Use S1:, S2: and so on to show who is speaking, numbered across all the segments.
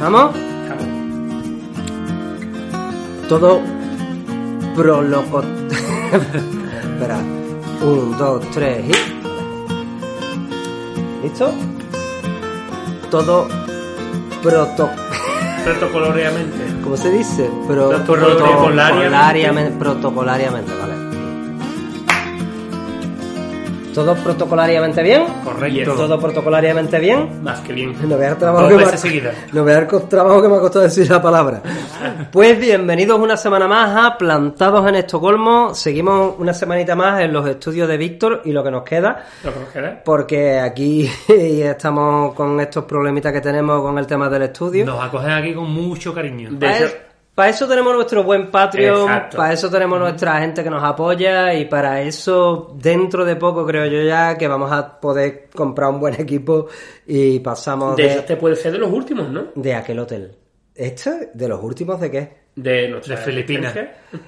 S1: ¿Vamos? Todo proloco... Espera. Un, dos, tres y... ¿Listo? Todo proto...
S2: Protocoloreamente.
S1: ¿Cómo se dice? Pro-
S2: Protocolariamente.
S1: protocolariamente- Protocolariamente, vale. ¿Todo protocolariamente bien?
S2: Correcto.
S1: ¿Todo protocolariamente bien?
S2: Más que bien.
S1: No veas el trabajo
S2: Dos
S1: que me
S2: veces
S1: ha-
S2: seguidas.
S1: no veas el co- trabajo que me ha costado decir la palabra. Pues bienvenidos una semana más a Plantados en Estocolmo. Seguimos una semanita más en los estudios de Víctor y lo que nos queda.
S2: Lo que nos queda.
S1: Porque aquí estamos con estos problemitas que tenemos con el tema del estudio.
S3: Nos acogen aquí con mucho cariño.
S2: De
S1: Para
S2: hecho-
S1: eso, para eso tenemos nuestro buen Patreon,
S2: Exacto.
S1: para eso tenemos nuestra gente que nos apoya y para eso dentro de poco creo yo ya que vamos a poder comprar un buen equipo y pasamos
S2: De
S1: de,
S2: hecho, este puede ser de los últimos, ¿no?
S1: de aquel hotel. ¿Este? ¿De los últimos de qué?
S2: De nuestra
S3: De Filipinas.
S2: experiencia.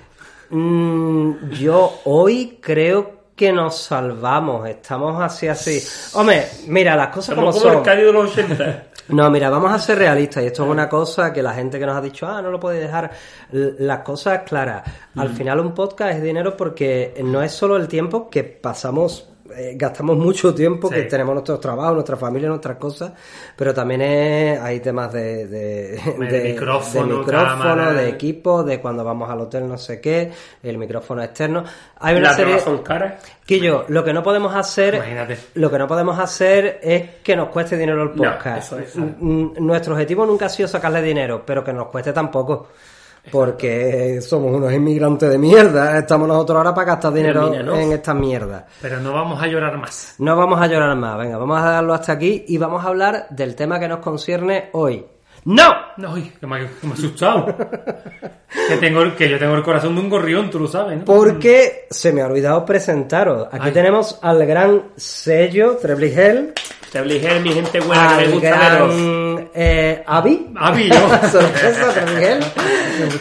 S1: Mm, yo hoy creo que nos salvamos, estamos así así. Hombre, mira, las cosas
S2: Somos
S1: como
S2: como el
S1: son.
S2: Cádiz de los 80.
S1: No, mira, vamos a ser realistas y esto es una cosa que la gente que nos ha dicho, ah, no lo podéis dejar, l- las cosas claras. Al
S3: Mm.
S1: final un podcast es dinero porque no es solo el tiempo que pasamos, eh, gastamos mucho tiempo,
S3: Sí.
S1: que tenemos nuestros trabajos, nuestra familia, nuestras cosas, pero también es- hay temas de, de,
S3: Hombre, de micrófono,
S1: micrófono,
S3: cámara.
S1: de equipo, de cuando vamos al hotel no sé qué, el micrófono externo. Hay una
S2: Las
S1: serie...
S2: bromas son caras.
S1: Quillo, lo que no podemos hacer,
S3: Imagínate.
S1: lo que no podemos hacer es que nos cueste dinero el
S2: No,
S1: podcast.
S2: eso es.
S1: N- n- Nuestro objetivo nunca ha sido sacarle dinero, pero que nos cueste tampoco. Porque somos unos inmigrantes de mierda. Estamos nosotros ahora para gastar dinero
S2: Termínanos.
S1: en estas mierdas.
S3: Pero no vamos a llorar más.
S1: No vamos a llorar más. Venga, vamos a darlo hasta aquí y vamos a hablar del tema que nos concierne hoy. ¡No!
S3: No, uy, que me, que me he asustado. que, tengo, que yo tengo el corazón de un gorrión, tú lo sabes,
S2: Mm.
S3: ¿no?
S1: Porque se me ha olvidado presentaros. Aquí
S3: Ay.
S1: tenemos al gran sello Trebligel,
S2: Te obligé, mi gente buena, que me
S1: al
S2: gusta veros.
S1: gran eh, Avi.
S3: Avi, Ah, ¿no?
S1: Sorpresa, Juan Miguel.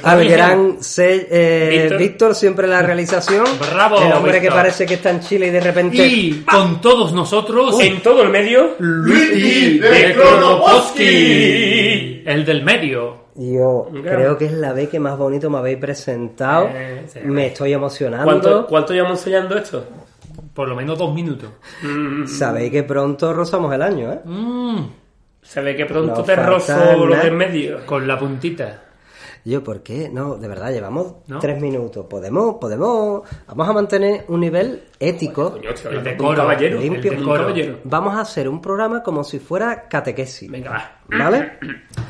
S1: Al
S3: Miguel.
S1: gran se- eh,
S2: Víctor.
S1: Víctor, siempre la realización.
S3: Bravo,
S1: El hombre que
S3: Víctor.
S1: parece que está en Chile y de repente.
S3: y con todos nosotros,
S2: En todo el medio.
S3: Luigi de Kronoposki, el del medio.
S1: Yo
S2: Gran.
S1: creo que es la vez que más bonito me habéis presentado.
S3: Eh, sí.
S1: me estoy emocionando.
S2: ¿Cuánto, ¿Cuánto llevamos enseñando esto?
S3: Por lo menos dos minutos.
S2: Mm,
S1: Sabéis que pronto rozamos el año, ¿eh?
S3: Mm,
S2: se ve que pronto
S1: No
S2: te
S1: falta
S2: rozo lo
S1: nada.
S2: de en medio.
S3: con la puntita.
S1: Yo, ¿por qué? No, de verdad, llevamos
S3: ¿No?
S1: tres minutos. Podemos, podemos. Vamos a mantener un nivel ético.
S2: Coño, estoy
S3: El
S2: hablando
S3: decoro,
S2: con un caballero.
S1: limpio.
S2: con un caballero.
S1: Vamos a hacer un programa como si fuera catequesis.
S2: Venga, va.
S1: ¿Vale?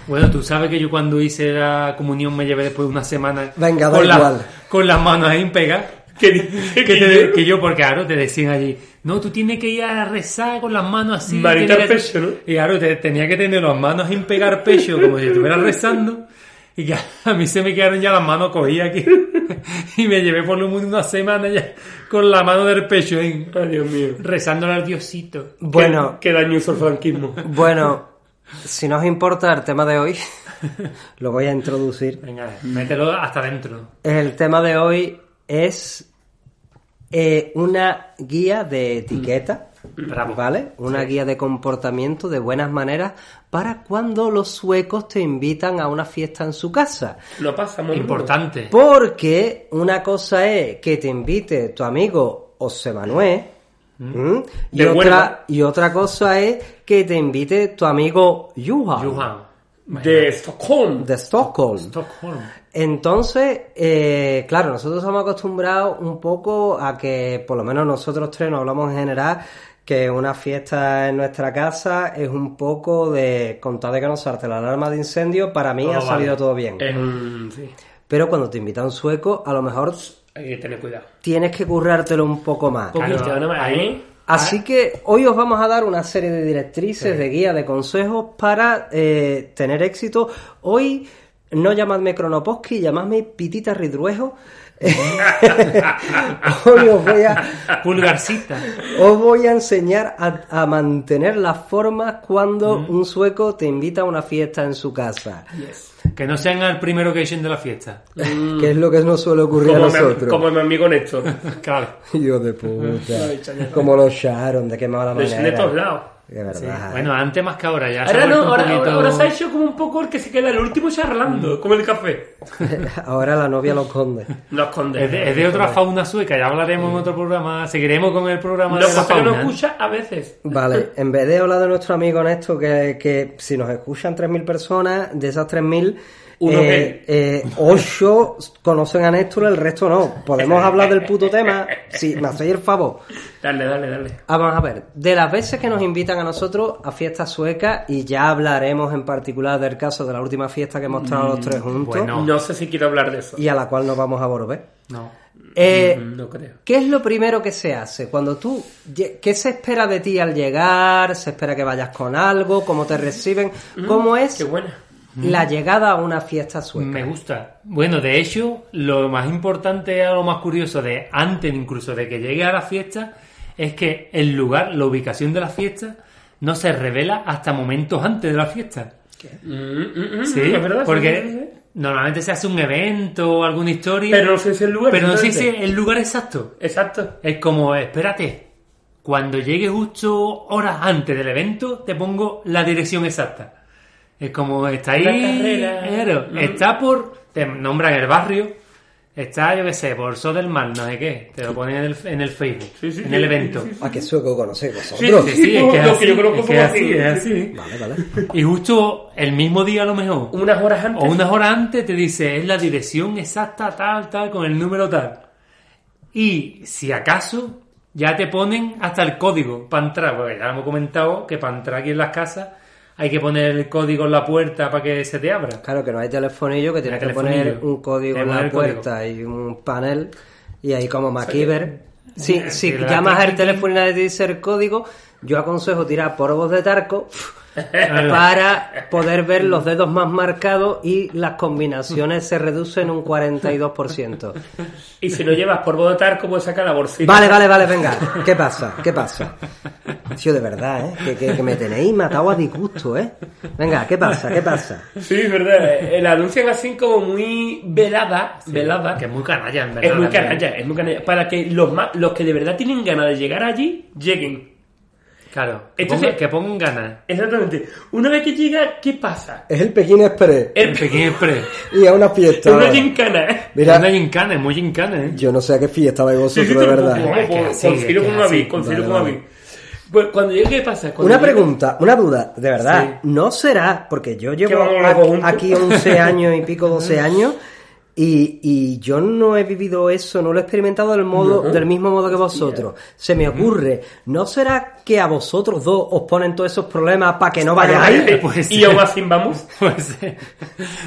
S3: Bueno, tú sabes que yo cuando hice la comunión me llevé después una semana
S1: Venga, da
S3: con, la-
S1: igual.
S3: con las manos ahí en pega.
S2: ¿Qué dices?
S3: que, te- que yo, porque claro, te decían allí, no, tú tienes que ir a rezar con las manos así.
S2: Manita
S3: tienes que-
S2: al pecho, ¿no?
S3: Y claro, te, tenía que tener las manos sin pegar pecho, como si estuviera rezando. Y que a mí se me quedaron ya las manos cogidas aquí. y me llevé por lo menos una semana ya con la mano del pecho, ahí,
S2: Ay, Dios mío.
S3: rezándole al Diosito.
S1: Bueno,
S2: Qué, qué daño hizo el franquismo.
S1: Bueno, si no os importa el tema de hoy, lo voy a introducir.
S3: Venga, mételo hasta dentro.
S1: El tema de hoy es eh, una guía de etiqueta,
S3: Bravo.
S1: ¿vale? Una guía de comportamiento, de buenas maneras, para cuando los suecos te invitan a una fiesta en su casa.
S2: No pasa muy
S3: Importante.
S1: Porque una cosa es que te invite tu amigo José Manuel. ¿m? Y,
S2: De
S1: otra,
S2: Huelva.
S1: y otra cosa es que te invite tu amigo Yuha
S3: Johan.
S2: De Estocolmo.
S1: de Stockholm.
S3: Stockholm.
S1: Entonces, eh, claro, nosotros estamos acostumbrados un poco a que, por lo menos nosotros tres nos hablamos en general, que una fiesta en nuestra casa es un poco de contar de que no salte la alarma de incendio, para mí
S3: Todo
S1: ha salido
S3: vale. Eh.
S1: todo bien.
S2: Es un- sí.
S1: Pero cuando te invitan sueco, a lo mejor
S2: Hay que tener cuidado.
S1: tienes que currártelo un poco más.
S3: Claro,
S2: Porque te van a matar,
S3: ahí-
S2: ¿eh?
S1: Así que hoy os vamos a dar una serie de directrices, de guías, de consejos para eh, tener éxito. Hoy no llamadme Kronoposki, llamadme Pitita Ridruejo. hoy os voy a,
S3: Pulgarcita.
S1: os voy a enseñar a, a mantener las formas cuando un sueco te invita a una fiesta en su casa.
S3: Que no sean el primero que echen de la fiesta.
S1: Que es lo que nos suele ocurrir a
S2: Como, mi,
S1: nosotros.
S2: como mi amigo Néstor.
S3: Claro.
S1: Hijo de puta. como lo echaron, de qué mala
S2: Lo dicen de
S1: manera.
S2: todos lados.
S1: De verdad.
S3: Sí. Bueno, antes más que ahora ya. se ha
S2: Ahora no,
S3: vuelto un
S2: ahora,
S3: poquito- Mm.
S2: ahora, ahora se ha hecho como un poco el que se queda el último charlando, como el café.
S1: Ahora la novia lo esconde.
S2: Los condes.
S3: Es de, es de otra fauna sueca, ya hablaremos en otro programa, seguiremos con el programa
S2: Los
S3: de la
S2: que no
S3: fauna.
S2: escucha a veces.
S1: Vale, en vez de hablar de nuestro amigo Néstor, que, que si nos escuchan 3.000 personas, de esas 3.000,
S2: Uno
S1: eh, eh, ocho conocen a Néstor, el resto no. Podemos hablar del puto tema, si me hacéis el favor.
S2: Dale, dale, dale.
S1: Ah, Vamos a ver, de las veces que nos invitan a nosotros a fiestas suecas, y ya hablaremos en particular del caso de la última fiesta que hemos estado los
S2: Mm,
S1: tres juntos,
S3: bueno. No.
S2: No sé si quiero hablar de eso.
S1: y a la cual nos vamos a volver.
S3: No.
S1: Eh,
S2: Mm, No creo.
S1: ¿Qué es lo primero que se hace? Cuando tú, lle- ¿qué se espera de ti al llegar? ¿Se espera que vayas con algo? ¿Cómo te reciben? ¿Cómo es
S2: Qué buena.
S1: la llegada a una fiesta sueca?
S3: Me gusta. Bueno, de hecho, lo más importante o lo más curioso de antes incluso de que llegue a la fiesta es que el lugar, la ubicación de la fiesta, no se revela hasta momentos antes de la fiesta.
S2: Mm, mm, mm,
S3: Sí,
S2: es verdad. sí,
S3: porque
S2: sí, sí.
S3: normalmente se hace un evento o alguna historia,
S2: Pero no sé si el lugar.
S3: pero no se
S2: entonces.
S3: dice el lugar exacto.
S2: Exacto.
S3: Es como, espérate, cuando llegue justo horas antes del evento, te pongo la dirección exacta. Es como, está ahí,
S2: La carrera.
S3: claro,
S2: Mm.
S3: está por, te nombran el barrio, está, yo qué sé, por Sodelman, no sé qué, te lo ponen en el, en el Facebook,
S2: Sí, sí,
S3: en
S2: sí,
S3: el
S2: sí,
S3: evento.
S2: sí, sí.
S1: ¿A qué sueco conocéis
S2: Sí,
S1: vosotros?
S3: Sí, sí, es que es
S2: Lo que
S3: así,
S2: yo creo que
S3: es que es
S2: somos
S3: así, es
S2: así.
S3: así.
S1: Vale, vale.
S3: Y justo el mismo día a lo mejor,
S2: Unas horas antes.
S3: o unas horas antes te dice, es la dirección exacta, tal, tal, con el número tal. Y si acaso, ya te ponen hasta el código para entrar, porque ya hemos comentado que para entrar aquí en las casas hay que poner el código en la puerta para que se te abra.
S1: Claro que no hay telefonillo, que tienes que
S3: telefonillo.
S1: poner un código
S3: Hay que
S1: en
S3: poner
S1: la
S3: el código.
S1: puerta y un panel, y ahí como MacGyver. Sí,
S3: Sí,
S1: si
S3: la
S1: llamas al
S3: técnica.
S1: teléfono y nadie te dice el código, yo aconsejo tirar por voz de tarco para poder ver los dedos más marcados y las combinaciones se reducen un 42%.
S2: Y si no llevas por votar, ¿cómo saca la bolsita?
S1: Vale, vale, vale, venga. ¿Qué pasa? ¿Qué pasa? Tío, de verdad, ¿eh? Que, que- que me tenéis matado a disgusto, ¿eh? Venga, ¿qué pasa? ¿Qué pasa?
S2: Sí, es verdad. El anuncian así como muy velada. velada.
S3: Que es muy canalla, en verdad.
S2: Es muy
S3: también.
S2: canalla, es muy canalla. Para que los, ma- los que de verdad tienen ganas de llegar allí, lleguen.
S3: Claro, que,
S2: Entonces-
S3: pongan, que pongan ganas.
S2: Exactamente. Una vez que llega, ¿qué pasa?
S1: Es el Pekín Express
S2: El
S3: El Pekín Express.
S1: y a una fiesta.
S2: una gincana, ¿eh?
S3: Es una gincana, es muy gincana, ¿eh?
S1: Yo no sé a qué fiesta vais
S2: Sí, sí, te lo pongo,
S3: Es que
S2: pongo,
S3: así,
S2: Considero
S3: es que
S2: como
S3: así.
S2: vi, considero
S1: Vale,
S2: como
S1: vale.
S2: vi. Pues cuando llega, ¿qué pasa? Cuando
S1: Una
S2: llega-
S1: pregunta, una duda, de verdad, ¿no será? Porque yo llevo
S2: vamos a
S1: a-
S2: hablar juntos?
S1: aquí 11 años y pico, 12 años, y, y yo no he vivido eso, no lo he experimentado del, modo, del mismo modo que vosotros. Se me ocurre, ¿no será que a vosotros dos os ponen todos esos problemas para que no vayáis?
S3: vale.
S2: Pues,
S3: Pues,
S2: y aún así vamos.
S3: Pues, eh,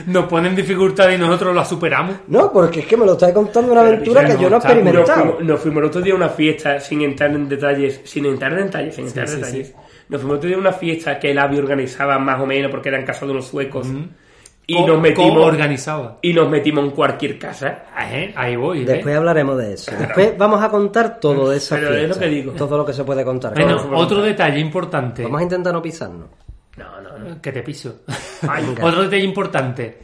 S3: nos ponen dificultad y nosotros la superamos.
S1: No, porque es que me lo estáis contando una aventura
S3: Guillermo,
S1: que yo no he
S3: está muy
S2: Ah, pues Nos
S1: experimentado.
S2: fuimos, nos fuimos el otro día a una fiesta sin entrar en detalles, sin entrar en detalles, sin entrar en
S3: sí,
S2: detalles. Nos fuimos el otro día a una fiesta que el AVI organizaba más o menos porque eran casas de unos suecos. Y
S3: Co-
S2: nos metimos
S3: co-organizada.
S2: y nos metimos en cualquier casa.
S3: Eh, Ahí voy. ¿eh?
S1: Después hablaremos de eso. Después vamos a contar todo de esa
S2: Pero es lo
S1: fiesta,
S2: que digo.
S1: Todo lo que se puede contar.
S3: Bueno,
S2: Vamos a
S3: otro detalle importante.
S1: Vamos a intentar no pisarnos.
S2: No, no, no.
S3: Que te piso.
S2: Ay,
S1: venga.
S3: otro detalle importante.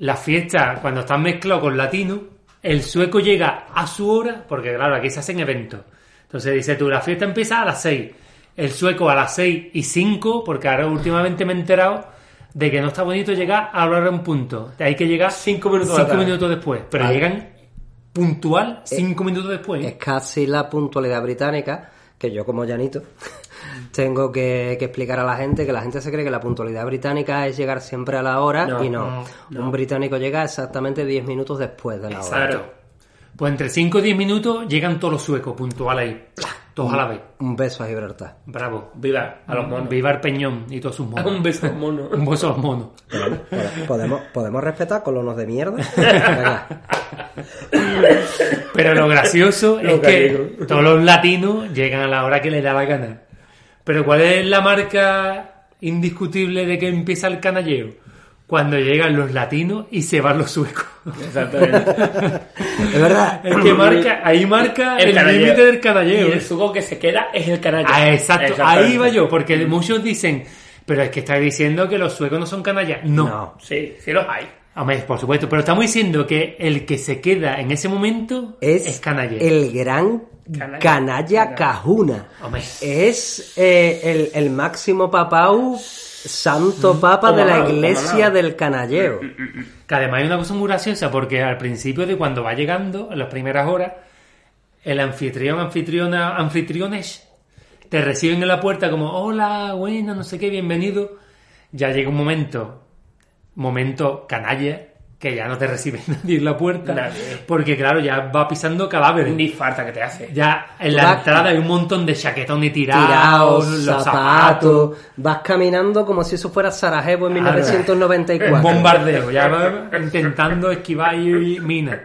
S3: La fiesta, cuando estás mezclado con latino, el sueco llega a su hora, porque claro, aquí se hacen eventos. Entonces dice tú, la fiesta empieza a las 6. El sueco a las 6 y 5, porque ahora últimamente me he enterado de que no está bonito llegar a hablar a un punto. Hay que llegar
S2: Cinco minutos
S3: cinco
S2: atrás.
S3: minutos después. Pero
S1: Vale.
S3: llegan puntual 5 minutos después. ¿eh?
S1: Es casi la puntualidad británica, que yo como llanito tengo que, que explicar a la gente que la gente se cree que la puntualidad británica es llegar siempre a la hora
S2: No,
S1: y no. Un británico llega exactamente 10 minutos después de la hora.
S2: Claro.
S3: Pues entre 5 y 10 minutos llegan todos los suecos, puntual ahí. ¡Pla! Todos a la vez.
S1: Un beso a Gibraltar.
S3: Bravo.
S2: Viva a los monos.
S3: Viva el Peñón y todos sus monos.
S2: Un beso al mono.
S3: Un beso a los monos.
S1: Podemos- ¿Podemos, podemos respetar colonos de mierda? Venga.
S3: Pero lo gracioso
S2: Los
S3: es que
S2: gallegos.
S3: todos los latinos llegan a la hora que les da la gana. Pero ¿cuál es la marca indiscutible de que empieza el canalleo? Cuando llegan los latinos y se van los suecos.
S2: Exactamente.
S1: Es verdad.
S3: Es que marca, ahí marca el
S2: canalleo.
S3: límite del
S2: Y
S3: canalleo.
S2: el suco que se queda es el canalla.
S3: ¿eh? Ah, exacto, ahí
S2: va
S3: va yo, porque muchos dicen, pero es que estáis diciendo que los suecos no son canallas. No.
S1: No.
S2: Sí, sí los hay.
S3: Hombre, por supuesto, pero estamos diciendo que el que se queda en ese momento es,
S1: Es
S3: canalla.
S1: el gran
S2: Canalla.
S1: Canalla Cajuna.
S3: Hombre.
S1: Es eh, el, el máximo papau, santo papa de la
S2: Toma,
S1: iglesia
S2: toma.
S1: del canalleo.
S3: Que además hay una cosa muy graciosa porque al principio de cuando va llegando, en las primeras horas, el anfitrión, anfitriona, anfitriones te reciben en la puerta como hola, buena, no sé qué, bienvenido. Ya llega un momento, momento canalla, que ya no te recibe nadie en la puerta.
S2: Nadie.
S3: Porque claro, ya va pisando cadáveres.
S2: Ni falta que te hace.
S3: Ya en
S1: Vas-
S3: la entrada hay un montón de chaquetones tirados,
S1: Tirados,
S3: los
S1: zapatos,
S3: zapatos,
S1: vas caminando como si eso fuera Sarajevo en 1994.
S3: Un bombardeo, ya va intentando esquivar y minas.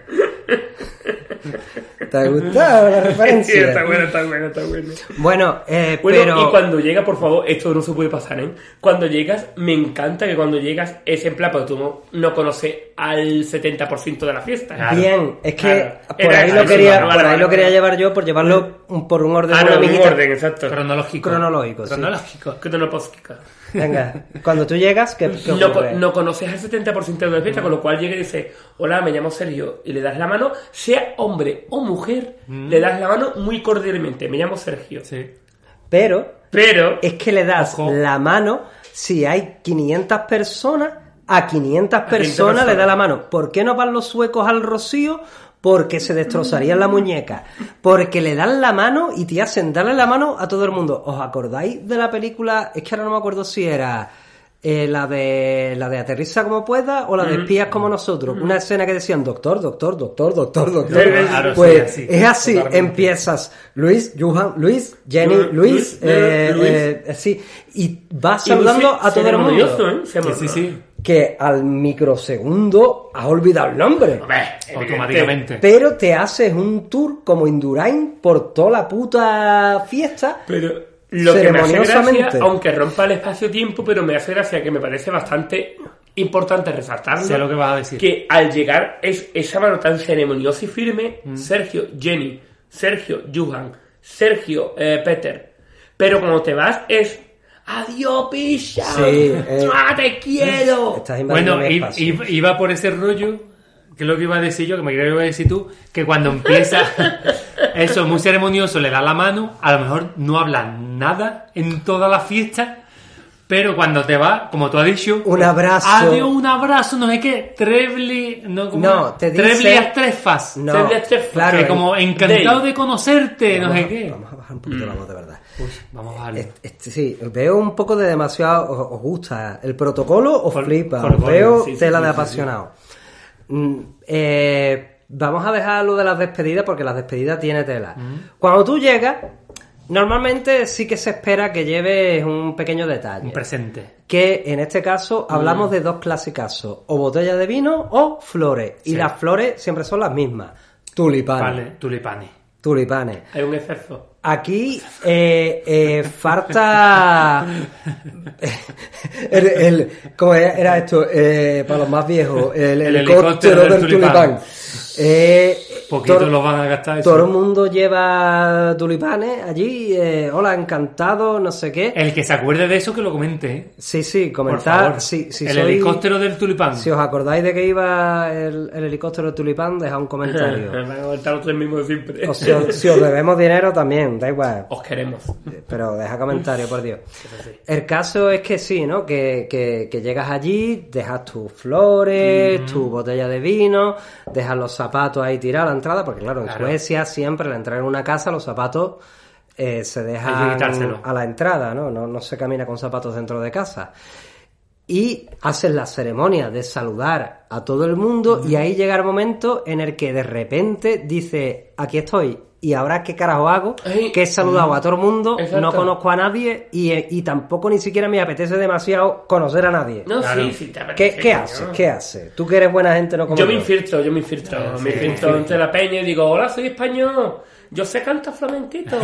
S1: ¿Te ha gustado la
S2: Sí,
S1: referencia?
S2: está bueno, está bueno, está bueno.
S1: Bueno, eh,
S2: Bueno,
S1: pero...
S2: y cuando llega, por favor, esto no se puede pasar, ¿eh? Cuando llegas, me encanta que cuando llegas es en plan, porque tú no, no conoces al 70% de la fiesta.
S3: Claro.
S1: Bien, es que
S2: Claro.
S1: por
S2: Era
S1: ahí
S2: eso,
S1: lo quería,
S2: vale,
S1: por
S2: vale,
S1: ahí
S2: vale.
S1: lo quería llevar yo por llevarlo un- por un orden,
S2: Ah,
S1: una
S2: no, en
S1: amiguita.
S2: orden, exacto.
S3: Cronológico.
S1: Cronológico, sí.
S3: Cronológico.
S2: Cronopóstica.
S1: Venga, cuando tú llegas, ¿qué, qué
S2: No, co-
S1: ocurre?
S2: no conoces al 70% de la fiesta, con lo cual llega y dice, hola, me llamo Sergio, y le das la mano, sea hombre o mujer, le das la mano muy cordialmente, me llamo Sergio.
S3: Sí.
S1: Pero
S2: Pero,
S1: es que le das
S3: Ojo.
S1: la mano si hay 500 personas, a 500 personas,
S2: personas.
S1: le da la mano. ¿Por qué no van los suecos al rocío? Porque se destrozarían la muñeca. Porque le dan la mano y te hacen darle la mano a todo el mundo. ¿Os acordáis de la película? Es que ahora no me acuerdo si era eh, la de la de aterriza como pueda o la de espías como nosotros. Una escena que decían doctor, doctor, doctor, doctor, doctor.
S2: Sí, sí, sí. Claro,
S3: sí,
S1: pues
S3: así,
S1: es así.
S3: totalmente.
S1: Empiezas Luis, Johan, Luis, Jenny,
S2: Yo-
S1: Luis,
S2: Luis,
S1: eh,
S2: Luis.
S1: eh, sí, y va
S2: y
S1: saludando
S2: se-
S1: a todo el mundo.
S2: ceremonioso, ¿eh? Se
S3: Sí, sí, sí.
S1: Que al microsegundo has olvidado el nombre.
S2: Hombre, evidente.
S3: Automáticamente.
S1: Pero te haces un tour como Indurain por toda la puta fiesta.
S2: Pero lo que me hace gracia,
S1: Ceremoniosamente.
S2: aunque rompa el espacio-tiempo, pero me hace gracia que me parece bastante importante resaltarlo.
S3: Sé lo que vas a decir.
S2: que al llegar es esa mano tan ceremoniosa y firme,
S3: Mm.
S2: Sergio, Jenny, Sergio, Johan, Sergio, eh, Peter. Pero cuando te vas es adiós, picha.
S1: Sí, eh.
S2: ¡Ah, te quiero.
S1: Estás invadiendo
S3: Bueno,
S1: mi
S3: i-
S1: espacio.
S3: i- iba por ese rollo, que es lo que iba a decir yo, que me creo que iba a decir tú, que cuando empieza eso, muy ceremonioso, le da la mano, a lo mejor no habla nada en toda la fiesta, pero cuando te va, como tú has dicho,
S1: Un abrazo.
S3: Adiós, un abrazo, no sé qué, treble, no, ¿cómo
S1: No,
S3: era?
S1: te dice-
S3: Treble a tres fas.
S1: No,
S2: Celia Chef,
S1: claro,
S3: que
S1: eh,
S3: como encantado
S2: Day.
S3: de conocerte, no
S1: vamos,
S3: sé
S1: a-
S3: qué.
S1: vamos a bajar un poquito
S2: Mm.
S1: la voz de verdad.
S3: Uy, vamos a darle.
S1: Este- este- sí, veo un poco de demasiado. ¿Os, os gusta el protocolo o
S3: Col-
S1: flipa?
S3: col-
S1: Os veo
S2: sí, sí,
S1: tela
S2: sí,
S1: de
S2: sí,
S1: apasionado. Mm, eh, vamos a dejar lo de las despedidas porque las despedidas tiene tela. Cuando tú llegas, normalmente sí que se espera que lleves un pequeño detalle.
S3: Un presente.
S1: Que en este caso
S2: Mm.
S1: hablamos de dos clásicos: o botella de vino o flores. Y
S3: Sí.
S1: las flores siempre son las mismas: tulipanes.
S3: Vale, tulipanes.
S1: Tulipanes.
S2: Hay un exceso.
S1: Aquí eh, eh, falta el, el- ¿cómo era, era esto? Eh, para los más viejos, el,
S3: El
S1: helicóptero del, tulipán. Eh,
S3: Poquito
S1: todo-
S3: lo van a gastar. eso.
S1: Todo el mundo lleva tulipanes allí. eh, hola, encantado, no sé qué.
S3: El que se acuerde de eso que lo comente. ¿eh?
S1: Sí, sí,
S3: Por
S1: comentar.
S3: favor.
S1: Si, si
S3: el
S1: sois-
S3: helicóptero del tulipán.
S1: Si os acordáis de que iba el, el helicóptero del tulipán, dejad un
S2: Me
S1: comentario.
S2: van a contar los tres mismos siempre.
S1: o si os, si os debemos dinero también, da igual.
S2: Os queremos.
S1: Pero deja comentario, por Dios.
S2: Eso sí.
S1: El caso es que sí, ¿no? Que, que- que llegas allí, dejas tus flores, tu botella de vino, dejas los zapatos ahí tirados a la entrada, porque claro, en
S3: Claro.
S1: Suecia siempre al entrar en una casa los zapatos eh, se dejan
S3: quitárselos.
S1: a la entrada, ¿no? ¿no? No se camina con zapatos dentro de casa. Y haces la ceremonia de saludar a todo el mundo y ahí llega el momento en el que de repente dice, aquí estoy. ¿Y ahora qué carajo hago?
S2: Ay.
S1: Que he saludado a todo el mundo, no
S2: Exacto.
S1: conozco a nadie y, y tampoco ni siquiera me apetece demasiado conocer a nadie.
S2: No,
S3: Claro.
S2: sí, sí, te
S1: ¿Qué,
S2: apetece,
S1: qué
S2: coño.
S1: haces? ¿Qué haces? Tú que eres buena gente, no como
S2: Yo me infiltro, yo me infiltro.
S3: Ah,
S2: me infiltro entre la peña y digo, hola, soy español. Yo sé cantar flamenquito.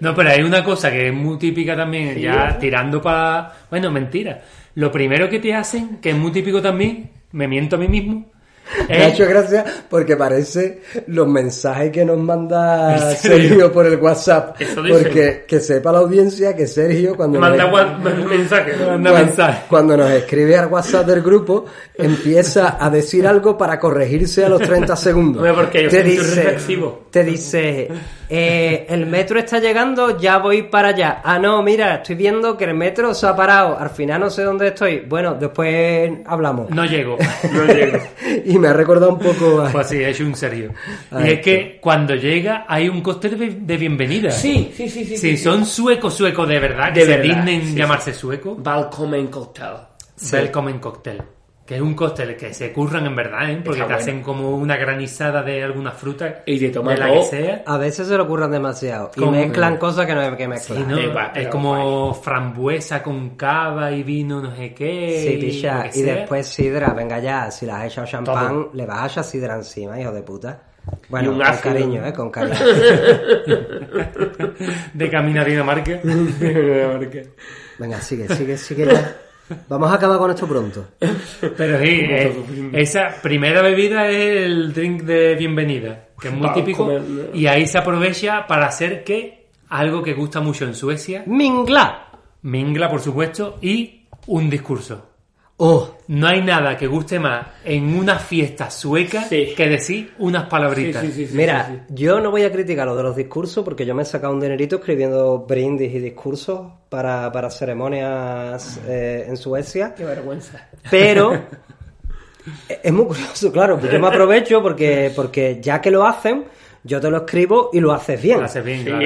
S3: No, pero hay una cosa que es muy típica también, ya
S2: ¿eh?
S3: tirando para... Bueno, mentira. Lo primero que te hacen, que es muy típico también, me miento a mí mismo,
S1: Me ha hecho gracia porque parece los mensajes que nos manda
S3: ¿En serio?
S1: Sergio por el WhatsApp.
S2: Eso dicen.
S1: Porque que sepa la audiencia que Sergio cuando nos-
S2: Manda gua- manda mensaje.
S3: Manda
S1: cuando-
S3: mensaje.
S1: Cuando nos escribe al WhatsApp del grupo, empieza a decir algo para corregirse a los 30 segundos.
S2: Hombre, porque yo
S1: te
S2: soy muy
S1: dice,
S2: reflexivo.
S1: te dice, eh, el metro está llegando, ya voy para allá. Ah, no, mira, estoy viendo que el metro se ha parado. Al final no sé dónde estoy. Bueno, después hablamos.
S3: No llego.
S2: No llego.
S1: y me ha recordado un poco a...
S3: Pues sí, es un serio.
S1: Ah,
S3: Y es
S1: esto.
S3: que cuando llega hay un coste de, de bienvenida.
S2: Sí, sí, sí, sí.
S3: Sí, son suecos, suecos de verdad, que
S2: De
S3: se
S2: verdad,
S3: dignen
S2: sí,
S3: llamarse suecos.
S2: Balcomen Cocktail.
S3: Welcome en cóctel. Que es un cóctel que se curran en verdad, ¿eh? Porque
S2: Está
S3: te
S2: bueno.
S3: hacen como una granizada de alguna fruta.
S2: Y de tomate.
S3: la que
S2: Oh.
S3: sea.
S1: A veces se lo ocurran demasiado y
S3: ¿Cómo?
S1: mezclan cosas que no hay que
S3: Sí,
S1: mezclar.
S3: ¿no?
S2: Sí, va,
S3: es
S2: pero
S3: como frambuesa con cava y vino no sé qué.
S1: Sí,
S3: y
S1: picha.
S3: lo que
S1: Y
S3: sea.
S1: después sidra, venga ya, si las has echado champán,
S3: Todo.
S1: le vas a echar sidra encima, hijo de puta. Bueno,
S2: Y un
S1: con
S2: ácido.
S1: cariño, eh, con cariño.
S3: De camino a Dinamarca.
S1: Venga, sigue, sigue, sigue ya. Vamos a acabar con esto pronto.
S3: Pero sí, eh, esa primera bebida es el drink de bienvenida, que es muy
S2: Vamos a
S3: típico.
S2: comer.
S3: Y ahí se aprovecha para hacer que algo que gusta mucho en Suecia,
S1: ¡Mingla!
S3: mingla por supuesto, y un discurso.
S1: ¡Oh!
S3: No hay nada que guste más en una fiesta sueca
S2: Sí.
S3: que decir unas
S2: Sí,
S3: palabritas.
S2: sí, sí, sí,
S1: Mira,
S2: sí, sí.
S1: yo no voy a criticar lo de los discursos porque yo me he sacado un dinerito escribiendo brindis y discursos para, para ceremonias eh, en Suecia.
S2: Qué vergüenza.
S1: Pero es es muy curioso, claro. Yo me aprovecho porque, porque ya que lo hacen, yo te lo escribo y lo haces bien.
S3: Lo haces bien,
S2: Sí.
S3: claro.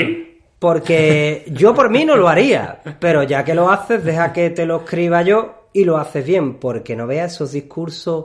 S1: Porque yo por mí no lo haría, pero ya que lo haces, deja que te lo escriba yo y lo haces bien, porque no veas esos discursos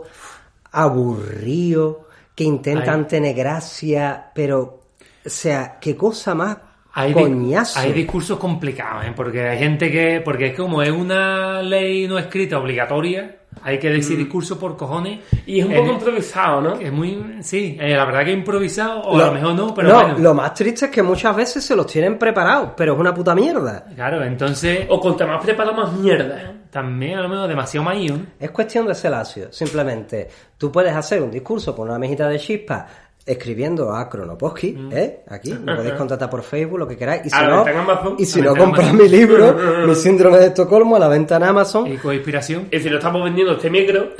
S1: aburridos que intentan
S3: Hay-
S1: tener gracia, pero, o sea, qué cosa más
S3: Hay, di-
S1: coñazo.
S3: hay discursos complicados, ¿eh? porque hay gente que. Porque es como es una ley no escrita obligatoria, hay que decir discurso por cojones.
S2: Mm. Y es un
S3: En-
S2: poco improvisado, ¿no?
S3: Es muy. Sí, eh, la verdad que improvisado, o a lo mejor no, pero bueno.
S1: lo más triste es que muchas veces se los tienen preparados, pero es una puta mierda.
S3: Claro, entonces.
S2: O contra más preparado, más mierda.
S3: También a lo mejor demasiado maíz. ¿no?
S1: Es cuestión de ser lacio. Simplemente, tú puedes hacer un discurso con una mejita de chispa escribiendo a Kronoposki, ¿eh? Aquí, me podéis contactar por Facebook, lo que queráis. Y si
S2: A la
S1: no,
S2: ventana Amazon.
S1: y si
S3: A la
S1: no
S3: ventana
S1: compras mi
S3: Amazon.
S1: libro, Mi síndrome de Estocolmo, a la ventana Amazon,
S3: Y con inspiración.
S2: Y si lo estamos vendiendo este micro,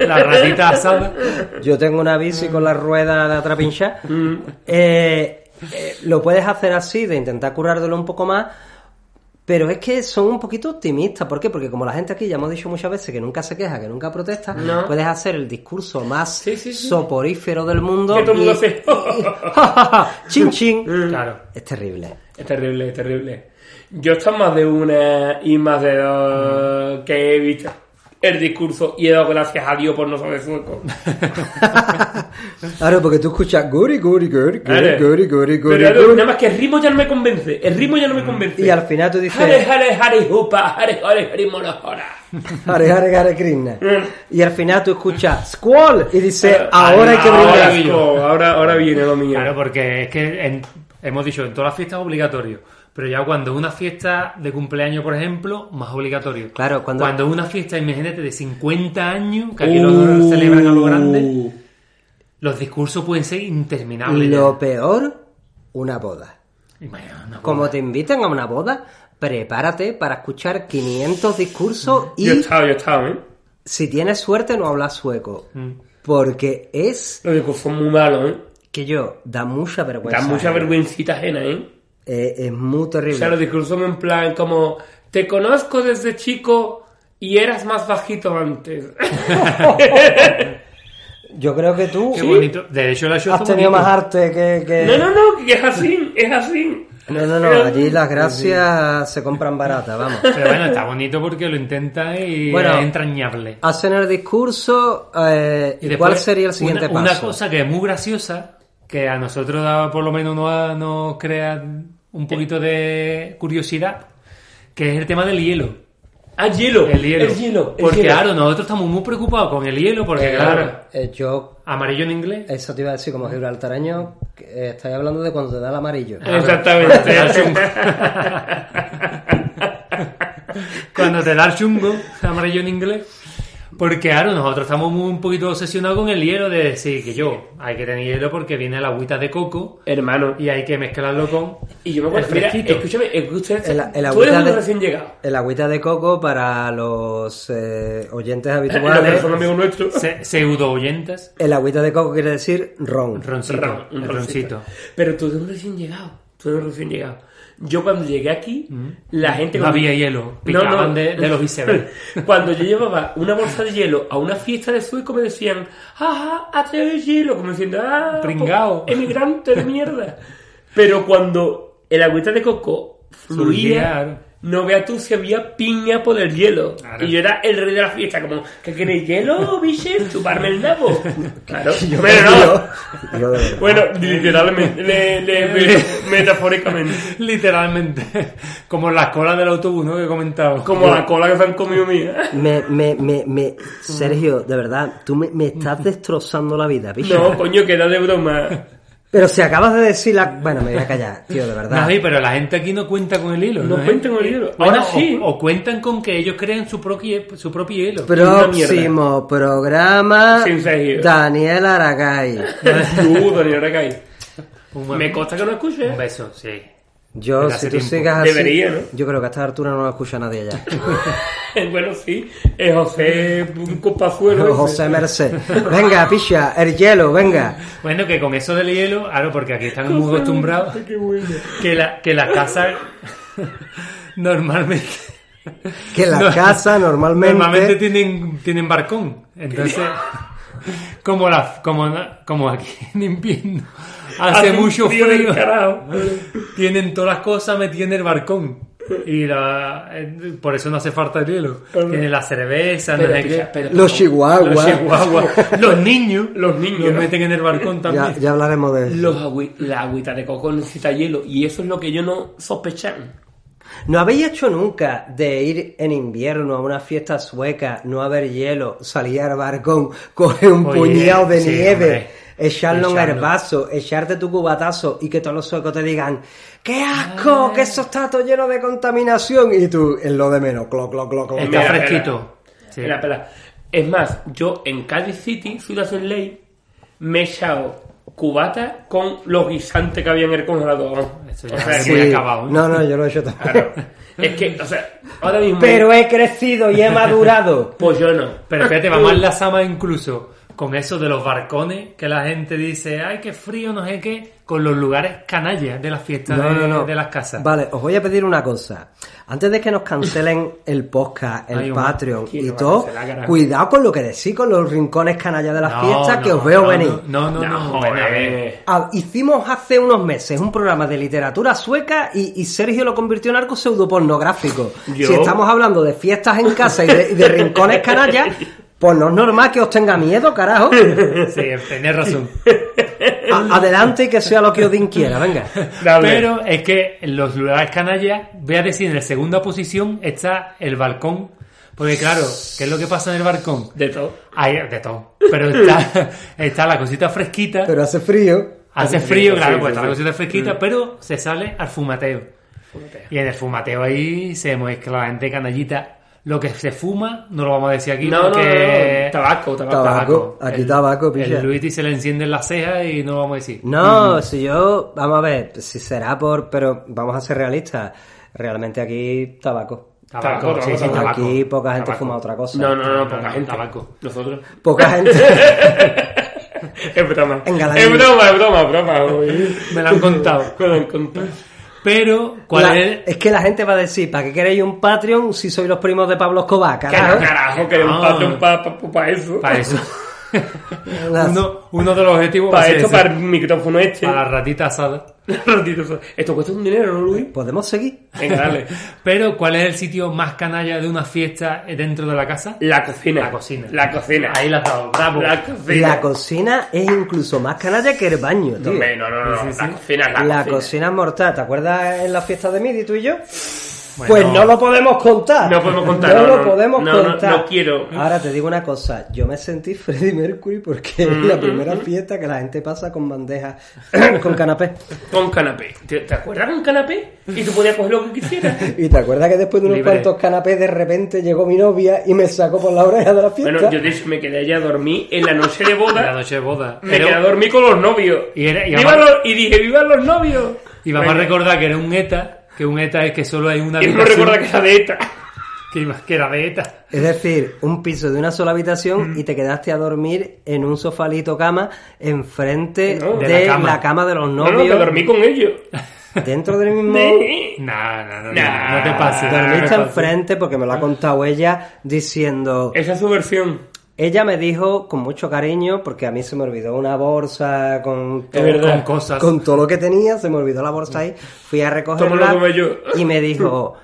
S3: La ratita asada.
S1: yo tengo una bici con la rueda de atrapinchar.
S2: Mm.
S1: Eh, eh, lo puedes hacer así, de intentar curártelo un poco más. Pero es que son un poquito optimistas. ¿Por qué? Porque como la gente aquí ya hemos dicho muchas veces que nunca se queja, que nunca protesta,
S2: No.
S1: puedes hacer el discurso más
S2: Sí, sí, sí.
S1: soporífero del mundo.
S2: que todo el mundo
S1: y-
S2: hace.
S1: chin chin.
S3: Claro.
S1: Es terrible.
S2: Es terrible, es terrible. Yo he estado más de una y más de dos que he visto el discurso y he dado gracias a Dios por no saber sueco.
S1: Ahora, porque tú escuchas guri, guri, guri, guri,
S2: Ahora,
S1: guri, guri, guri,
S2: Pero ahora,
S1: guri,
S2: nada más que el ritmo ya no me convence. El ritmo ya no me convence.
S1: Mm. Y al final tú dices,
S2: Hare, hare, hare, hupa, hare, hare, hare, monohora.
S1: hare, hare, hare, krishna.
S2: Mm.
S1: Y al final tú escuchas squall y dices, ahora hay que
S2: Eh, Ahora,
S1: brindar.
S2: asco, ahora, ahora viene lo mío.
S3: Claro, porque es que en- hemos dicho, en todas las fiestas es obligatorio. Pero ya cuando una fiesta de cumpleaños, por ejemplo, más obligatorio.
S1: Claro, cuando-
S3: cuando una fiesta, imagínate, de 50 años, que aquí
S2: Uh.
S1: Uh.
S3: lo celebran a lo grande, los discursos pueden ser interminables.
S1: Lo peor, una boda.
S3: ya. Y bueno, no,
S1: Como te inviten a una boda, prepárate para escuchar 500 discursos
S2: Mm. Yo he
S1: y
S2: estado, yo he estado, ¿eh?
S1: si tienes suerte no hablas sueco.
S2: Mm.
S1: Porque es
S2: Los discursos son muy malos, ¿eh?
S1: que yo da mucha
S3: Pues
S1: vergüenza.
S2: Da mucha
S1: eh.
S2: vergüencita ajena, ¿eh?
S1: Eh, es muy
S2: O sea,
S1: terrible.
S2: los discursos son en plan como... Te conozco desde chico y eras más bajito antes.
S1: Yo creo que tú
S3: Qué bonito. De hecho, la show
S1: has tenido más arte que... que-
S2: no, no, no, que es así, es así.
S1: No, no, no, allí las gracias se compran baratas, vamos.
S3: Pero bueno, está bonito porque lo intenta y
S1: Bueno.
S3: es entrañable.
S1: Hacen el discurso, eh,
S3: Y
S1: ¿y
S3: después,
S1: ¿cuál sería el siguiente
S3: una,
S1: paso?
S3: Una cosa que es muy graciosa, que a nosotros da- por lo menos nos, nos crea un poquito de curiosidad, que es el tema del hielo.
S2: Ah, hielo.
S3: El hielo.
S2: El hielo. el
S3: porque
S2: hielo.
S3: claro, nosotros estamos muy preocupados con el hielo, porque
S1: Eh,
S3: claro,
S1: eh, yo,
S3: amarillo en inglés.
S1: eso te iba a decir como gibraltareño, que, eh, estáis hablando de cuando te da el amarillo.
S2: Ah, Exactamente.
S3: Cuando te da el chungo. Cuando te da el chungo, amarillo en inglés. Porque claro, nosotros estamos muy- un poquito obsesionados con el hielo de decir que yo, hay que tener hielo porque viene la agüita de coco
S2: Hermano.
S3: y hay que mezclarlo con...
S2: Y yo me acuerdo,
S3: El
S2: mira,
S3: fresquito.
S2: escúchame, escúchame,
S1: El- el
S2: tú eres
S1: agüita
S2: un
S1: de-
S2: recién llegado.
S1: El agüita de coco para los eh, oyentes
S2: Lo que
S1: habituales.
S2: son amigos nuestros.
S3: se- Pseudo-oyentas.
S1: El agüita de coco quiere decir ron.
S3: Roncito.
S2: Ron- un
S3: el
S2: roncito.
S3: roncito.
S2: Pero tú eres un recién llegado. Tú eres un recién llegado. Yo cuando llegué aquí, la gente...
S3: Mm. No
S2: cuando-
S3: había hielo.
S2: No,
S3: Picaban
S2: no.
S3: De, de los icebergs.
S2: Cuando yo llevaba una bolsa de hielo a una fiesta de sueco me decían, ajá, a traer hielo, como diciendo, ah,
S3: Pringao.
S2: po- emigrante de mierda. Pero cuando el agüita de coco
S3: Surgía.
S2: fluía, no veas tú si había piña por el hielo.
S3: Claro.
S2: Y yo era el rey de la fiesta, como, ¿qué queréis hielo, biche? Chuparme el nabo. Claro, pero no.
S1: Yo- yo de verdad.
S2: Bueno, literalmente, le- le- le- metafóricamente.
S3: Literalmente. Como las colas del autobús, ¿no? Que he comentado.
S2: Como la cola que se han comido mía.
S1: Me, me, me, me- Sergio, de verdad, tú me, me estás destrozando la vida, bicho.
S2: No, coño, que era de broma.
S1: Pero si acabas de decir la... Bueno, me voy a callar, tío, de verdad.
S3: No, sí, pero la gente aquí no cuenta con el hilo.
S2: No
S3: ¿eh?
S2: cuentan con el hielo.
S3: Bueno,
S2: Ahora sí.
S3: O, o cuentan con que ellos crean su propio, su propio hilo.
S1: Próximo programa...
S2: Sin Sergio.
S1: Daniel Aragay.
S2: Tú, Daniel Aracay.
S3: Un buen-
S2: Me consta que no escuches.
S3: Un beso, sí.
S1: Yo,
S3: Desde
S1: si
S3: hace
S1: tú
S3: tiempo.
S1: sigas así...
S2: Debería, ¿no?
S1: Yo creo que hasta altura no lo escucha nadie ya.
S2: bueno, sí. Es José un Copazuelo.
S1: José Merced. Venga, picha, el hielo, venga.
S3: Bueno, que con eso del hielo, claro, porque aquí están muy acostumbrados
S2: Qué bueno.
S3: que la, que la casa normalmente
S1: Que la
S3: No.
S1: casa normalmente...
S3: normalmente tienen, tienen barcón. Entonces, como la, como, na- como aquí en invierno hace,
S2: un
S3: mucho
S2: frío
S3: frío,
S2: del carajo.
S3: tienen todas las cosas metidas en el barcón. Y la, eh, por eso no hace falta el hielo.
S2: Claro.
S3: Tienen la cerveza, no
S2: Pero,
S3: sé
S2: picha,
S3: qué.
S2: pero,
S1: Los chihuahuas.
S3: Los chihuahuas, los niños,
S2: Los niños.
S3: los meten en el barcón
S1: Ya,
S3: también.
S1: ya hablaremos de eso.
S2: Los agüi- la agüita de coco necesita hielo. Y eso es lo que yo no sospechan.
S1: ¿No habéis hecho nunca de ir en invierno a una fiesta sueca, no haber hielo, salir al barcón, coger un
S3: Oye,
S1: puñado de
S3: sí,
S1: nieve,
S3: hombre.
S1: echarlo en
S3: Echarlo.
S1: el vaso, echarte tu cubatazo y que todos los suecos te digan ¡Qué asco!
S3: Ah.
S1: ¡Que eso está todo lleno de contaminación! Y tú, en lo de menos, clo, clo, clo, clo.
S3: Está
S2: Mira,
S3: fresquito. Sí.
S2: Espera, espera. Es más, yo en Cádiz City, Ciudad sin Ley, me he echado cubata con los guisantes que había en el congelador.
S3: Eso ya
S2: O sea,
S3: es
S2: que-
S3: muy acabado, ¿eh?
S1: No, no, yo lo he hecho también.
S2: Claro. Es que, o sea, ahora mismo.
S1: Pero he crecido y he madurado.
S2: Pues yo no.
S3: Pero espérate, va más la sama incluso con eso de los barcones que la gente dice, ay, qué frío, no sé qué, con los lugares canallas de las fiestas
S1: No,
S3: de,
S1: no, no.
S3: de las casas.
S1: Vale, os voy a pedir una cosa. Antes de que nos cancelen el podcast, el
S3: Ay, hombre,
S1: Patreon
S2: ¿quién
S1: y
S2: nos va a
S1: todo,
S2: cancelar, carajo?
S1: cuidado con lo que decís, con los rincones canallas de las
S3: No,
S1: fiestas
S3: no,
S1: que os veo
S3: no,
S1: venir.
S3: No, no, no. no,
S2: joder. eh.
S3: bueno, a ver.
S1: Ah, hicimos hace unos meses un programa de literatura sueca y, y Sergio lo convirtió en algo pseudopornográfico.
S2: Yo.
S1: Si estamos hablando de fiestas en casa y de, y de rincones canallas, pues no es normal que os tenga miedo, carajo.
S3: Sí, tenés razón.
S1: A- adelante y que sea lo que Odín quiera, venga.
S2: Dale.
S3: Pero es que en los lugares canallas, voy a decir, en la segunda posición está el balcón. Porque claro, ¿qué es lo que pasa en el balcón?
S2: De todo.
S3: Hay de todo. Pero está, está la cosita fresquita.
S1: Pero hace frío.
S3: Hace frío,
S2: sí,
S3: claro,
S2: sí,
S3: pues
S2: sí,
S3: está la
S2: sí. Mm.
S3: cosita fresquita, pero se sale al fumateo. Y en el fumateo ahí se mezcla la gente canallita. Lo que se fuma, no lo vamos a decir aquí,
S2: No, no, no,
S3: porque
S2: no. Tabaco, tabaco.
S1: Tabaco, aquí
S3: El-
S1: tabaco, pilla.
S3: El Luigi se le encienden las cejas y no lo vamos a decir.
S1: No,
S3: Mm.
S1: si yo, vamos a ver, si será por, pero vamos a ser realistas, realmente aquí tabaco.
S3: Tabaco,
S2: Tabaco,
S3: sí, sí,
S2: tabaco.
S3: tabaco.
S1: Aquí poca gente
S3: Tabaco.
S1: fuma otra cosa.
S2: No, no, no,
S3: No,
S2: poca
S3: no,
S2: gente.
S3: tabaco.
S2: Nosotros.
S1: Poca gente.
S2: Es broma.
S1: Venga, la
S2: es
S1: niña.
S2: broma, es broma, broma. güey.
S3: Me lo han contado.
S2: Me lo han contado.
S3: Pero, ¿cuál
S1: La-
S3: es?
S1: Es que la gente va a decir, ¿para qué queréis un Patreon si sois los primos de Pablo Escobar,
S2: Que Ah, no, Ah.
S1: carajo?
S2: carajo, que un
S3: No.
S2: patrón para eso.
S3: Para eso.
S1: Las-
S3: uno, uno de los objetivos va a
S2: Para
S3: ser
S2: esto,
S3: ese.
S2: para el micrófono este.
S3: para la ratita asada.
S2: Ratito, eso. Esto cuesta un dinero, ¿no, Luis?
S1: ¿Podemos seguir?
S2: Venga, dale.
S3: Pero, ¿cuál es el sitio más canalla de una fiesta dentro de la casa?
S2: La cocina.
S3: La cocina.
S2: La cocina.
S3: Ahí la has dado, bravo.
S2: La cocina.
S1: La cocina es incluso más canalla que el baño, tío.
S2: No, hombre, no, no, no.
S3: Sí, sí,
S2: La
S3: sí.
S2: cocina es la,
S1: La cocina es mortal. ¿Te acuerdas en la fiesta de Midi, tú y yo? Pues no lo podemos contar.
S2: No podemos contar,
S1: No,
S2: no,
S1: lo
S2: no,
S1: podemos
S2: no, no,
S1: contar.
S2: no quiero.
S1: Ahora te digo una cosa. Yo me sentí Freddie Mercury porque es
S2: Mm.
S1: la primera fiesta que la gente pasa con bandeja, con canapé.
S2: Con canapé. ¿Te, te acuerdas con canapé? Y tú podías coger lo que quisieras.
S1: Y te acuerdas que después de unos
S2: Libre.
S1: cuantos canapés de repente llegó mi novia y me sacó por la oreja de la fiesta.
S2: Bueno, yo de hecho me quedé allá a dormir en la noche de
S3: La
S2: boda.
S3: noche de boda.
S2: Me
S3: Pero-
S2: quedé a dormir con los novios.
S3: Y era- y
S2: ¡Viva
S3: además-
S2: los- y dije, ¡vivan los novios!
S3: y vamos a
S2: Bueno,
S3: recordar que era un ETA, que un ETA es que solo hay una
S2: y no
S3: habitación
S2: recuerda que era de ETA.
S3: que, iba- que era de ETA.
S1: Es decir, un piso de una sola
S2: Mm.
S1: habitación y te quedaste a dormir en un sofalito cama enfrente
S2: No,
S1: de, la,
S3: de la cama.
S1: cama. de los
S2: No,
S1: novios.
S2: no, que dormí con ellos.
S1: Dentro del mismo.
S2: Sí.
S3: No, no, no, no,
S2: Nah.
S3: no te pases.
S2: Ah,
S3: no te
S1: Dormiste
S3: pases.
S1: enfrente porque me lo ha contado ella diciendo.
S2: Esa es su versión.
S1: Ella me dijo con mucho cariño, porque a mí se me olvidó una bolsa con todo,
S2: verdad.
S3: Con cosas.
S1: con todo lo que tenía, se me olvidó la bolsa ahí, fui a recogerla
S2: Tómalo como yo.
S1: y me dijo,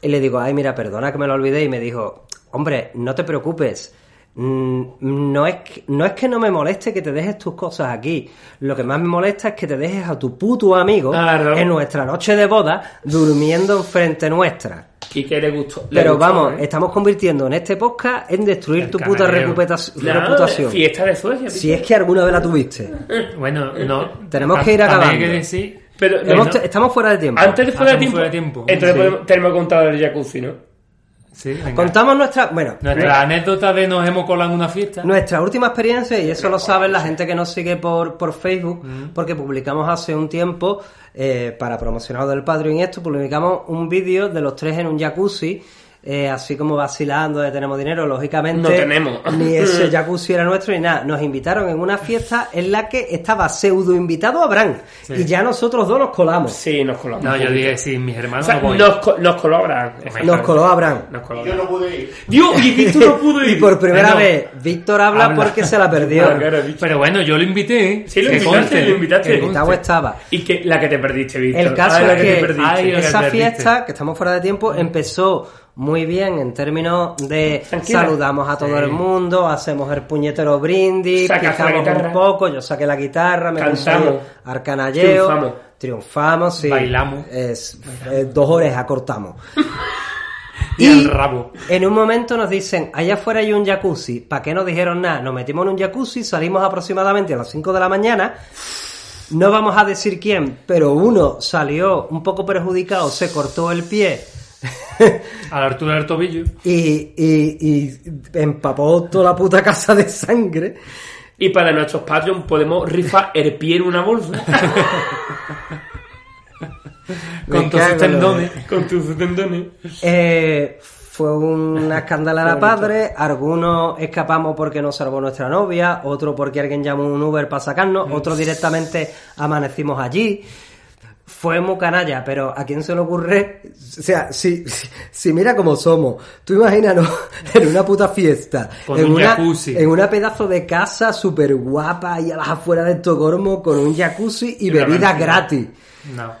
S1: y le digo, ay mira, perdona que me lo olvidé, y me dijo, hombre, no te preocupes, Mm, no es, que- no es que no me moleste que te dejes tus cosas aquí, lo que más me molesta es que te dejes a tu puto amigo
S2: Claro.
S1: en nuestra noche de boda durmiendo enfrente nuestra.
S2: Y que le gustó. le
S1: Pero
S2: gustó,
S1: vamos,
S2: ¿eh?
S1: estamos convirtiendo en este podcast en destruir
S3: El
S1: tu puta
S3: cananeo.
S1: reputación.
S2: Nada,
S1: reputación.
S2: Fiesta de Suecia.
S1: Si es que alguna vez la tuviste.
S3: Bueno, no.
S1: Tenemos que ir
S3: También
S1: acabando.
S3: hay que decir.
S2: Pero
S1: Hemos-
S2: no,
S1: Estamos fuera de tiempo.
S2: antes de fuera de
S3: Hacemos
S2: tiempo,
S3: fuera de tiempo.
S2: Entonces
S3: Sí.
S2: podemos- tenemos que contar el jacuzzi, ¿no?
S3: Sí, venga.
S1: Contamos nuestra, bueno,
S3: Nuestra anécdota de nos hemos colado en una fiesta.
S1: nuestra última experiencia, y eso lo saben la gente que nos sigue por, por Facebook,
S2: Mm.
S1: porque publicamos hace un tiempo, eh, para promocionar del Patreon y esto, publicamos un vídeo de los tres en un jacuzzi. eh, así como vacilando de tenemos dinero, lógicamente
S2: No tenemos.
S1: ni ese jacuzzi era nuestro ni nada. Nos invitaron en una fiesta en la que estaba pseudo invitado Abraham
S3: Sí.
S1: y ya nosotros dos nos colamos.
S2: Sí, nos colamos.
S3: No, yo
S2: O
S3: dije, sí, mis hermanos
S2: sea,
S3: no voy.
S2: nos, co- nos colaboran.
S1: Nos coló Abraham.
S2: Nos coló
S4: Yo
S2: Abraham.
S4: no pude ir.
S2: Dios, y Víctor no pudo
S1: Y
S2: ir.
S1: por primera
S3: No.
S1: vez, Víctor habla,
S3: Habla.
S1: porque se la perdió.
S2: Ah, claro, bicho.
S3: Pero bueno, yo lo invité. ¿eh?
S2: Sí, lo
S3: Que
S2: invitaste,
S3: conste,
S2: lo invitaste.
S3: que
S2: El
S3: conste.
S1: Invitado estaba.
S2: Y que la que te perdiste, Víctor.
S1: El caso
S2: Ay, la
S1: es
S2: te
S1: que,
S2: perdiste.
S3: ay, la que
S1: esa
S3: te perdiste.
S1: fiesta, que estamos fuera de tiempo, empezó muy bien en términos de
S2: Tranquila.
S1: saludamos a todo el mundo, hacemos el puñetero brindis,
S2: Sacas la
S1: picamos un
S2: guitarra.
S1: poco, yo saqué la guitarra, me puse
S2: Cantamos.
S1: al canalleo,
S2: Triunfamos.
S1: triunfamos, sí.
S3: Bailamos.
S1: Es- eh, dos orejas cortamos.
S3: Y el rabo.
S1: En un momento nos dicen, allá afuera hay un jacuzzi. ¿Para qué nos dijeron nada? Nos metimos en un jacuzzi, salimos aproximadamente a las 5 de la mañana. No vamos a decir quién, pero uno salió un poco perjudicado, se cortó el pie
S3: A la altura del tobillo.
S1: y, y- y empapó toda la puta casa de sangre.
S2: Y para nuestros Patreon podemos rifar el pie en una bolsa.
S1: Me
S3: Con todos
S1: cago
S3: sus
S1: en la
S3: tendones.
S2: con tus tendones.
S1: Eh, fue una escandalada padre. Algunos escapamos porque nos salvó nuestra novia, otro porque alguien llamó un Uber para sacarnos, otro directamente amanecimos allí. Fue muy canalla, pero ¿a quién se le ocurre? O sea, si, si, si mira cómo somos, tú imagínanos en una puta fiesta,
S3: Con
S1: en,
S3: un
S1: una,
S3: jacuzzi.
S1: en una pedazo de casa súper guapa y a las afueras de Estocolmo con un jacuzzi y,
S2: Y una
S1: bebidas
S2: mansión.
S1: gratis.
S3: No,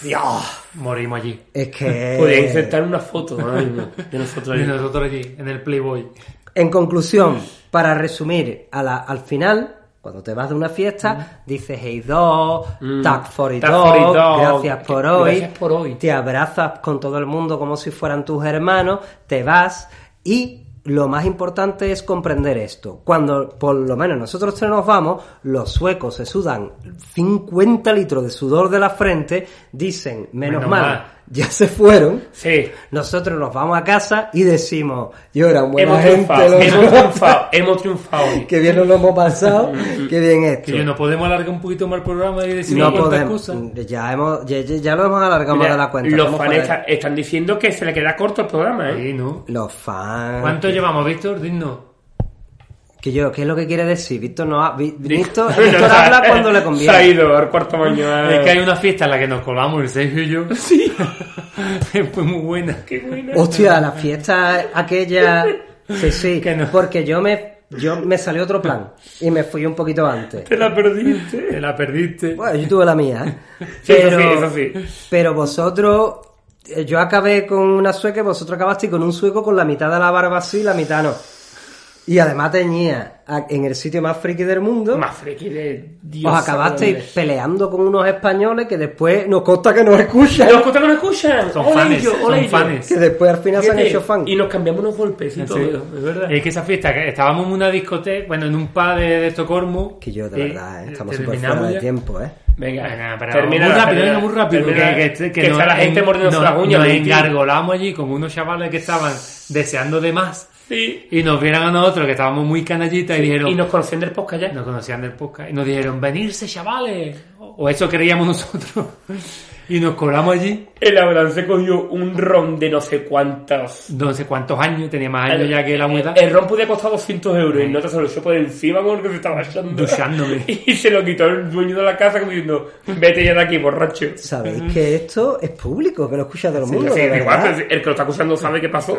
S1: Dios,
S3: morimos allí.
S1: es que...
S2: Podría insertar una foto ahora mismo de nosotros.
S3: Y
S2: ahí.
S3: nosotros allí, en el Playboy.
S1: En conclusión, para resumir, a la- al final, cuando te vas de una fiesta, dices hey dog, tag for it
S2: tag
S1: dog,
S2: Mm. for it dog,
S1: gracias por
S2: que-
S1: hoy,
S2: gracias por hoy.
S1: te abrazas con todo el mundo como si fueran tus hermanos, te vas y lo más importante es comprender esto. Cuando por lo menos nosotros tres nos vamos, los suecos se sudan 50 litros de sudor de la frente, dicen, menos,
S3: Menos
S1: mal,
S3: mal.
S1: ya se fueron.
S2: Sí.
S1: Nosotros nos vamos a casa y decimos, yo era buena
S2: Hemos
S1: gente,
S2: triunfado,
S1: lo-
S2: hemos triunfado, Mm, hemos triunfado.
S1: qué bien nos lo hemos pasado, qué bien esto.
S3: Que yo no podemos alargar un poquito más el programa y decir
S1: No
S3: no cuantas
S1: podemos,
S3: cosas.
S1: ya, hemos, ya, ya- ya lo hemos alargado más
S2: Mira,
S1: de la cuenta.
S2: los
S1: estamos
S2: fans
S1: fuera de-
S2: están- están diciendo que se le queda corto el programa, ¿eh?
S3: Sí, ¿no?
S1: Los fans.
S3: ¿Cuánto llevamos, Víctor? Dinos.
S1: Que yo, ¿Qué es lo que quiere decir? Víctor no ha- Vi-
S2: Dijo-
S1: Víctor,
S2: No,
S1: Víctor
S2: se ha-
S1: habla cuando le
S2: Se ha
S1: conviene.
S2: ido al cuarto baño. ah.
S3: Es que hay una fiesta en la que nos colamos, el Sergio y yo. Sí. Fue muy buena.
S2: Qué buena.
S1: Hostia, la fiesta aquella. Sí, sí,
S3: Que no.
S1: porque yo me, yo me salió otro plan y me fui un poquito antes.
S2: Te la perdiste.
S3: Te la perdiste.
S1: Bueno, yo tuve la mía. ¿eh?
S2: Sí, eso
S1: Pero,
S2: sí, eso sí.
S1: pero vosotros, eh, yo acabé con una sueca y vosotros acabaste con un sueco con la mitad de la barba así y la mitad no. Y además teñía a- en el sitio más friki del mundo.
S2: Más friki de Dios.
S1: Os acabasteis peleando con unos españoles que después nos consta que nos escuchan.
S2: Los que no escuchan.
S3: Son
S2: Ole
S3: fans,
S2: ellos, ole
S3: son
S2: ellos.
S3: fans.
S1: Que después al final se han
S2: Fíjate,
S1: hecho fan.
S2: Y nos cambiamos unos golpes y todo,
S3: Sí.
S2: es verdad.
S3: Es que esa fiesta, que estábamos en una discoteca, bueno, en un pub de, de Estocolmo.
S1: Que yo, de
S3: y-
S1: verdad, ¿eh? estamos
S3: te-
S1: súper
S3: terminamos
S1: fuera de
S3: ya.
S1: tiempo, ¿eh?
S2: Venga,
S3: Venga, pero
S2: termina
S3: muy
S2: la-
S3: rápido,
S2: termina-
S3: venga, muy rápido.
S2: termina-
S3: que, que- que
S2: que
S3: nos-
S2: está la gente mordiéndose
S3: nos-
S2: las uñas.
S3: Nos
S2: Valentín.
S3: engargolamos allí como unos chavales que estaban deseando de más
S2: Sí.
S3: y nos vieron a nosotros que estábamos muy canallitas y dijeron...
S2: Y nos conocen del podcast ya.
S3: nos conocían del podcast y nos dijeron, venirse chavales. O eso creíamos nosotros. y nos colamos allí.
S2: El Abraham se cogió un ron de no sé cuántos.
S3: No sé cuántos años, tenía más años ya que la humedad.
S2: El ron podía costar 200 euros y no te se lo echó por encima con el que se estaba echando.
S3: Duchándome.
S2: Y se lo quitó el dueño de la casa como diciendo, vete ya de aquí, borracho.
S1: Sabéis que esto es público, que lo escucha todo el
S2: Sí,
S1: mundo. de
S2: da
S1: verdad.
S2: igual, el que lo está acusando sabe qué pasó.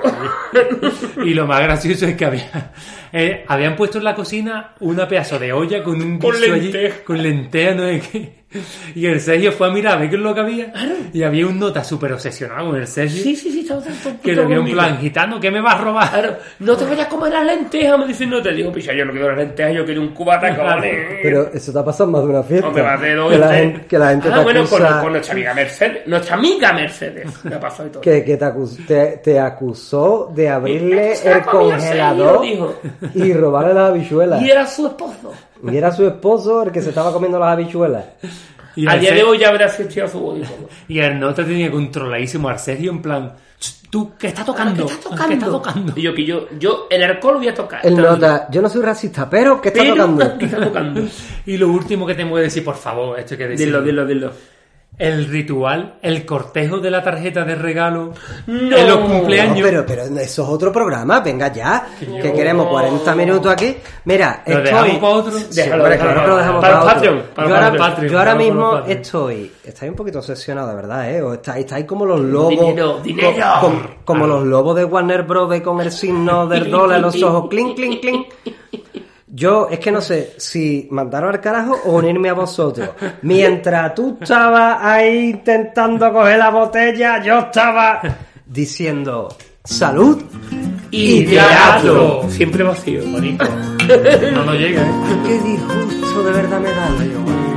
S3: Y lo más gracioso es que había, eh, habían puesto en la cocina una pedazo de olla con un
S2: Con
S3: guiso allí,
S2: lenteja.
S3: con lenteja, no sé qué. Y el Sergio fue a mirar a ver qué es lo que había. Y había un nota súper obsesionado con el Sergio.
S2: sí, sí, sí, está está-
S3: Que le
S2: está
S3: había un
S2: bonito.
S3: plan, gitano, ¿qué me vas a robar?
S2: Claro, no te vayas a comer las lentejas, me dicen, no te digo, picha, yo no quiero las lentejas, yo quiero un cubata, cojones.
S1: Pero eso te ha pasado en más de una fiesta.
S2: Hombre, va a hacer hoy
S1: que, la
S2: usted.
S1: gente, que la gente
S2: ah,
S1: te
S2: bueno, con,
S1: acusa,
S2: con nuestra amiga Mercedes. Nuestra amiga Mercedes. Me ha pasado y todo.
S1: que, que te, acus- te- te acusó de abrirle
S2: Se ha
S1: el
S2: comido
S1: congelador
S2: seis hilos,
S1: y robarle las habichuelas.
S2: Y era su esposo.
S1: Y era su esposo el que se estaba comiendo las habichuelas.
S3: Y
S2: A
S3: el,
S2: día
S3: Ser-
S2: de hoy ya habrá asistido a su boda y todo.
S3: y el nota tenía controladísimo al Sergio en plan, "Ch, ¿tú qué estás tocando?
S2: ¿Qué está tocando?
S3: ¿Qué estás tocando?
S2: Y yo, que yo, yo, el alcohol lo voy a tocar.
S1: El
S2: te lo digo.
S1: nota, yo no soy racista, pero ¿qué está
S2: Pero,
S1: tocando?
S2: ¿qué está tocando?
S3: Y lo último que tengo que decir, por favor, esto hay que decir.
S2: Dilo, dilo, dilo.
S3: El ritual, el cortejo de la tarjeta de regalo
S2: No.
S3: en los
S1: No,
S3: cumpleaños.
S1: pero, pero eso es otro programa, venga ya, que
S2: yo-
S1: queremos 40 minutos aquí. Mira,
S3: ¿Lo
S1: estoy...
S3: dejamos para otro?
S1: Sí,
S2: Déjalo,
S1: hombre,
S2: déjalo,
S1: claro que lo dejamos
S2: para
S1: para,
S2: el
S1: otro.
S2: Patreon, para
S1: yo
S2: el
S1: ahora,
S3: Patreon,
S1: yo ahora
S3: para el
S1: mismo
S3: Patreon.
S1: estoy... Estáis un poquito obsesionados, ¿verdad? Eh? O estáis, estáis como los lobos...
S2: Dinero, dinero.
S1: con- como los lobos de Warner Bros. con el signo del dólar en los ojos. Clink, clink, clink. Yo es que no sé si mandaron al carajo o unirme a vosotros. Mientras tú estabas ahí intentando coger la botella, yo estaba diciendo salud y teatro.
S2: Siempre vacío.
S3: No nos llega, ¿eh?
S1: Qué disgusto de verdad me da. Leo.